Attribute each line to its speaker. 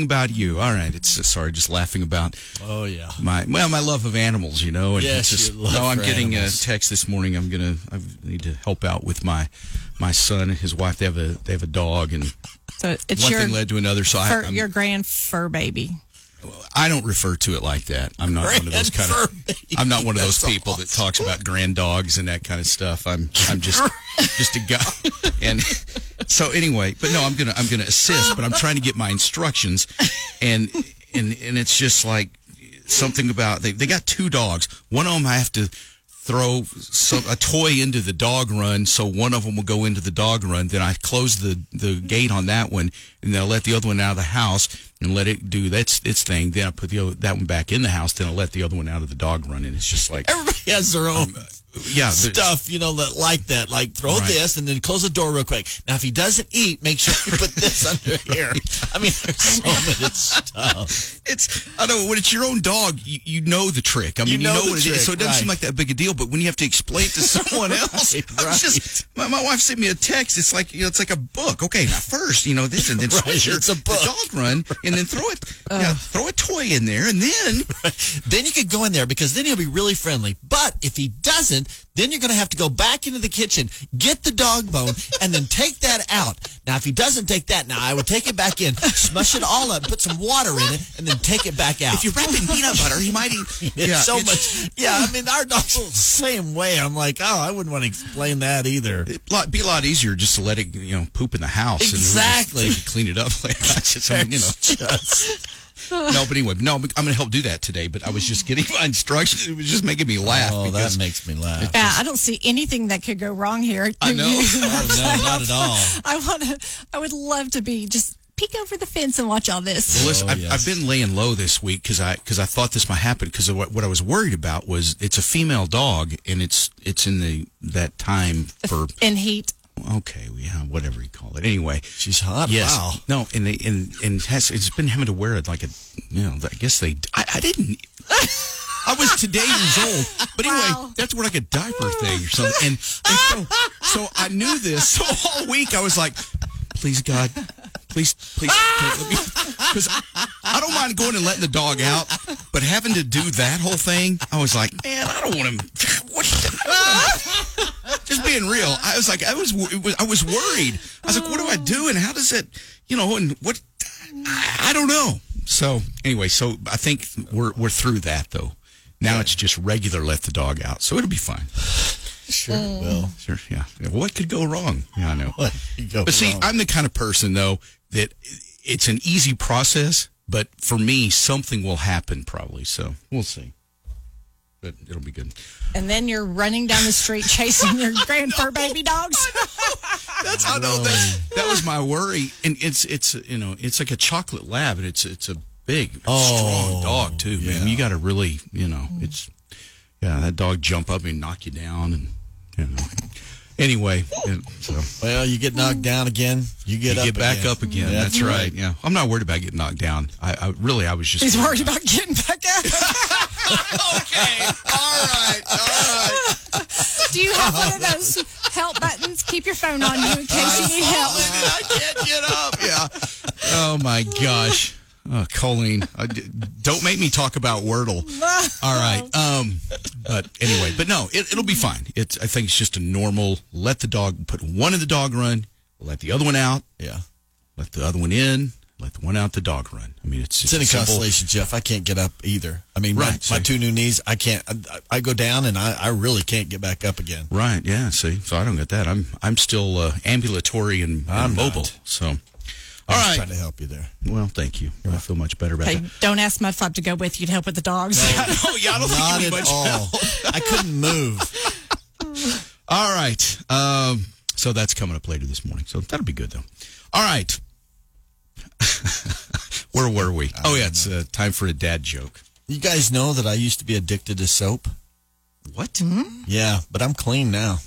Speaker 1: About you, all right. It's uh, sorry, just laughing about
Speaker 2: Oh yeah.
Speaker 1: my well, my love of animals. You know, and
Speaker 2: Yes,
Speaker 1: it's just,
Speaker 2: your love
Speaker 1: no. I'm
Speaker 2: for
Speaker 1: getting
Speaker 2: animals.
Speaker 1: a text this morning. I'm gonna. I need to help out with my my son and his wife. They have a they have a dog, and
Speaker 3: So it's
Speaker 1: one
Speaker 3: your
Speaker 1: thing led to another. So I
Speaker 3: fur,
Speaker 1: I'm,
Speaker 3: your grand fur baby.
Speaker 1: I don't refer to it like that. I'm not one of those kind of. I'm not one of those people that talks about grand dogs and that kind of stuff. I'm I'm just just a guy. And so anyway, but no, I'm gonna I'm gonna assist, but I'm trying to get my instructions, and and and it's just like something about they they got two dogs. One of them I have to throw some, a toy into the dog run, so one of them will go into the dog run. Then I close the, the gate on that one, and then I let the other one out of the house and let it do that's its thing. Then I put the other, that one back in the house. Then I let the other one out of the dog run, and it's just like
Speaker 2: Everybody has their own
Speaker 1: yeah, the-
Speaker 2: stuff, you know, that, like that. Like throw
Speaker 1: Right.
Speaker 2: this and then close the door real quick. Now, if he doesn't eat, make sure you put this under here. I mean, there's so much stuff.
Speaker 1: It's I don't know when it's your own dog, you, you know the trick. I mean, you know,
Speaker 2: know the
Speaker 1: what it
Speaker 2: trick,
Speaker 1: is, so it doesn't
Speaker 2: right.
Speaker 1: seem like that big a deal. But when you have to explain it to someone else,
Speaker 2: Right,
Speaker 1: I was just my, my wife sent me a text. It's like you know, it's like a book. Okay, now first you know this, and then
Speaker 2: Right,
Speaker 1: switch your-
Speaker 2: it's a
Speaker 1: the
Speaker 2: book.
Speaker 1: dog run, and then throw it, yeah, throw a toy in there, and then
Speaker 2: Then you could go in there because then he'll be really friendly. But if he doesn't, then you're going to have to go back into the kitchen, get the dog bone, and then take that out. Now, if he doesn't take that, now I would take it back in, smush it all up, put some water in it, and then take it back out.
Speaker 1: if you wrap it in peanut butter, he might eat.
Speaker 2: It's so
Speaker 1: it's-
Speaker 2: much. Yeah, I mean, our dog's the same way. I'm like, oh, I wouldn't want to explain that either.
Speaker 1: It'd lot- be a lot easier just to let it, you know, poop in the house. and just-
Speaker 2: Exactly.
Speaker 1: you can clean it up later. I just, I mean, you know. no, but anyway, no, I'm going to help do that today. But I was just getting my instructions. It was just making me laugh.
Speaker 2: Oh,
Speaker 1: because,
Speaker 2: that makes me laugh.
Speaker 3: Yeah, I don't see anything that could go wrong here.
Speaker 1: I know.
Speaker 2: Oh, no, not at all.
Speaker 3: I want to. I would love to be just peek over the fence and watch all this.
Speaker 1: Well, listen,
Speaker 2: Oh,
Speaker 1: I've,
Speaker 2: yes.
Speaker 1: I've been laying low this week because I because I thought this might happen because what, what I was worried about was it's a female dog and it's it's in the that time for
Speaker 3: In heat.
Speaker 1: okay yeah whatever you call it anyway
Speaker 2: She's hot.
Speaker 1: Yes.
Speaker 2: Wow.
Speaker 1: No, and they, and and has it's been having to wear it like a you know. I guess they. I, I didn't. I was today years old, but anyway,
Speaker 3: Wow.
Speaker 1: that's more like a diaper thing or something. And, and so, so I knew this. So all week I was like, please God, please, please, because I don't mind going and letting the dog out, but having to do that whole thing, I was like, man, I don't want to. What? just being real, I was like, I was, it was- I was worried. I was like, what do I do, and how does it, you know, and what? I, I don't know. So anyway, so I think we're we're through that though. Now it's just regular let the dog out, so it'll be fine.
Speaker 2: Sure. Well,
Speaker 1: Sure, yeah. Yeah, What could go wrong? Yeah, I know.
Speaker 2: what could go
Speaker 1: But see,
Speaker 2: wrong?
Speaker 1: I'm the kind of person though that it's an easy process, but for me, something will happen probably. So we'll see. But it'll be good.
Speaker 3: And then you're running down the street chasing your grand fur baby dogs.
Speaker 1: That's I know that that was my worry, and it's it's you know it's like a chocolate lab, and it's it's a big strong dog too, man. You got to really you know it's yeah that dog jump up and knock you down, and you know anyway and so.
Speaker 2: well, you get knocked down again. You get
Speaker 1: You
Speaker 2: up.
Speaker 1: get back
Speaker 2: again.
Speaker 1: up again.
Speaker 2: Yeah.
Speaker 1: That's right. Yeah, I'm not worried about getting knocked down. I, I really, I was just.
Speaker 3: He's worried about getting back up.
Speaker 1: okay. All right. All right.
Speaker 3: Do you have one of those help buttons? Keep your phone on you in case you need help.
Speaker 1: I can't get up. Yeah. Oh my gosh. Oh, Colleen, I d- don't make me talk about Wordle. All right. Um, but anyway, but no, it, it'll be fine. It's I think it's just a normal. Let the dog put one in the dog run. Let the other one out.
Speaker 2: Yeah.
Speaker 1: Let the other one in. Let the one out. The dog run. I mean, it's
Speaker 2: It's in a
Speaker 1: simple.
Speaker 2: constellation, Jeff. I can't get up either. I mean,
Speaker 1: Right, so-
Speaker 2: my, my two new knees. I can't. I, I go down and I, I really can't get back up again.
Speaker 1: Right. Yeah. See, so I don't get that. I'm I'm still uh, ambulatory and, and
Speaker 2: I'm
Speaker 1: mobile.
Speaker 2: not.
Speaker 1: So,
Speaker 2: I'm
Speaker 1: all
Speaker 2: just
Speaker 1: right.
Speaker 2: Trying to help you there.
Speaker 1: Well, thank you. I feel much better about
Speaker 3: Hey,
Speaker 1: that.
Speaker 3: don't ask Mudflap to go with you to help with the dogs.
Speaker 1: Oh yeah, I don't
Speaker 2: Not
Speaker 1: it'd
Speaker 2: at
Speaker 1: be much
Speaker 2: all. I couldn't move.
Speaker 1: All right. Um, so that's coming up later this morning. So that'll be good, though. All right. Where were we? Oh, yeah, it's uh, time for a dad joke.
Speaker 2: You guys know that I used to be addicted to soap.
Speaker 1: What?
Speaker 2: Yeah, but I'm clean now.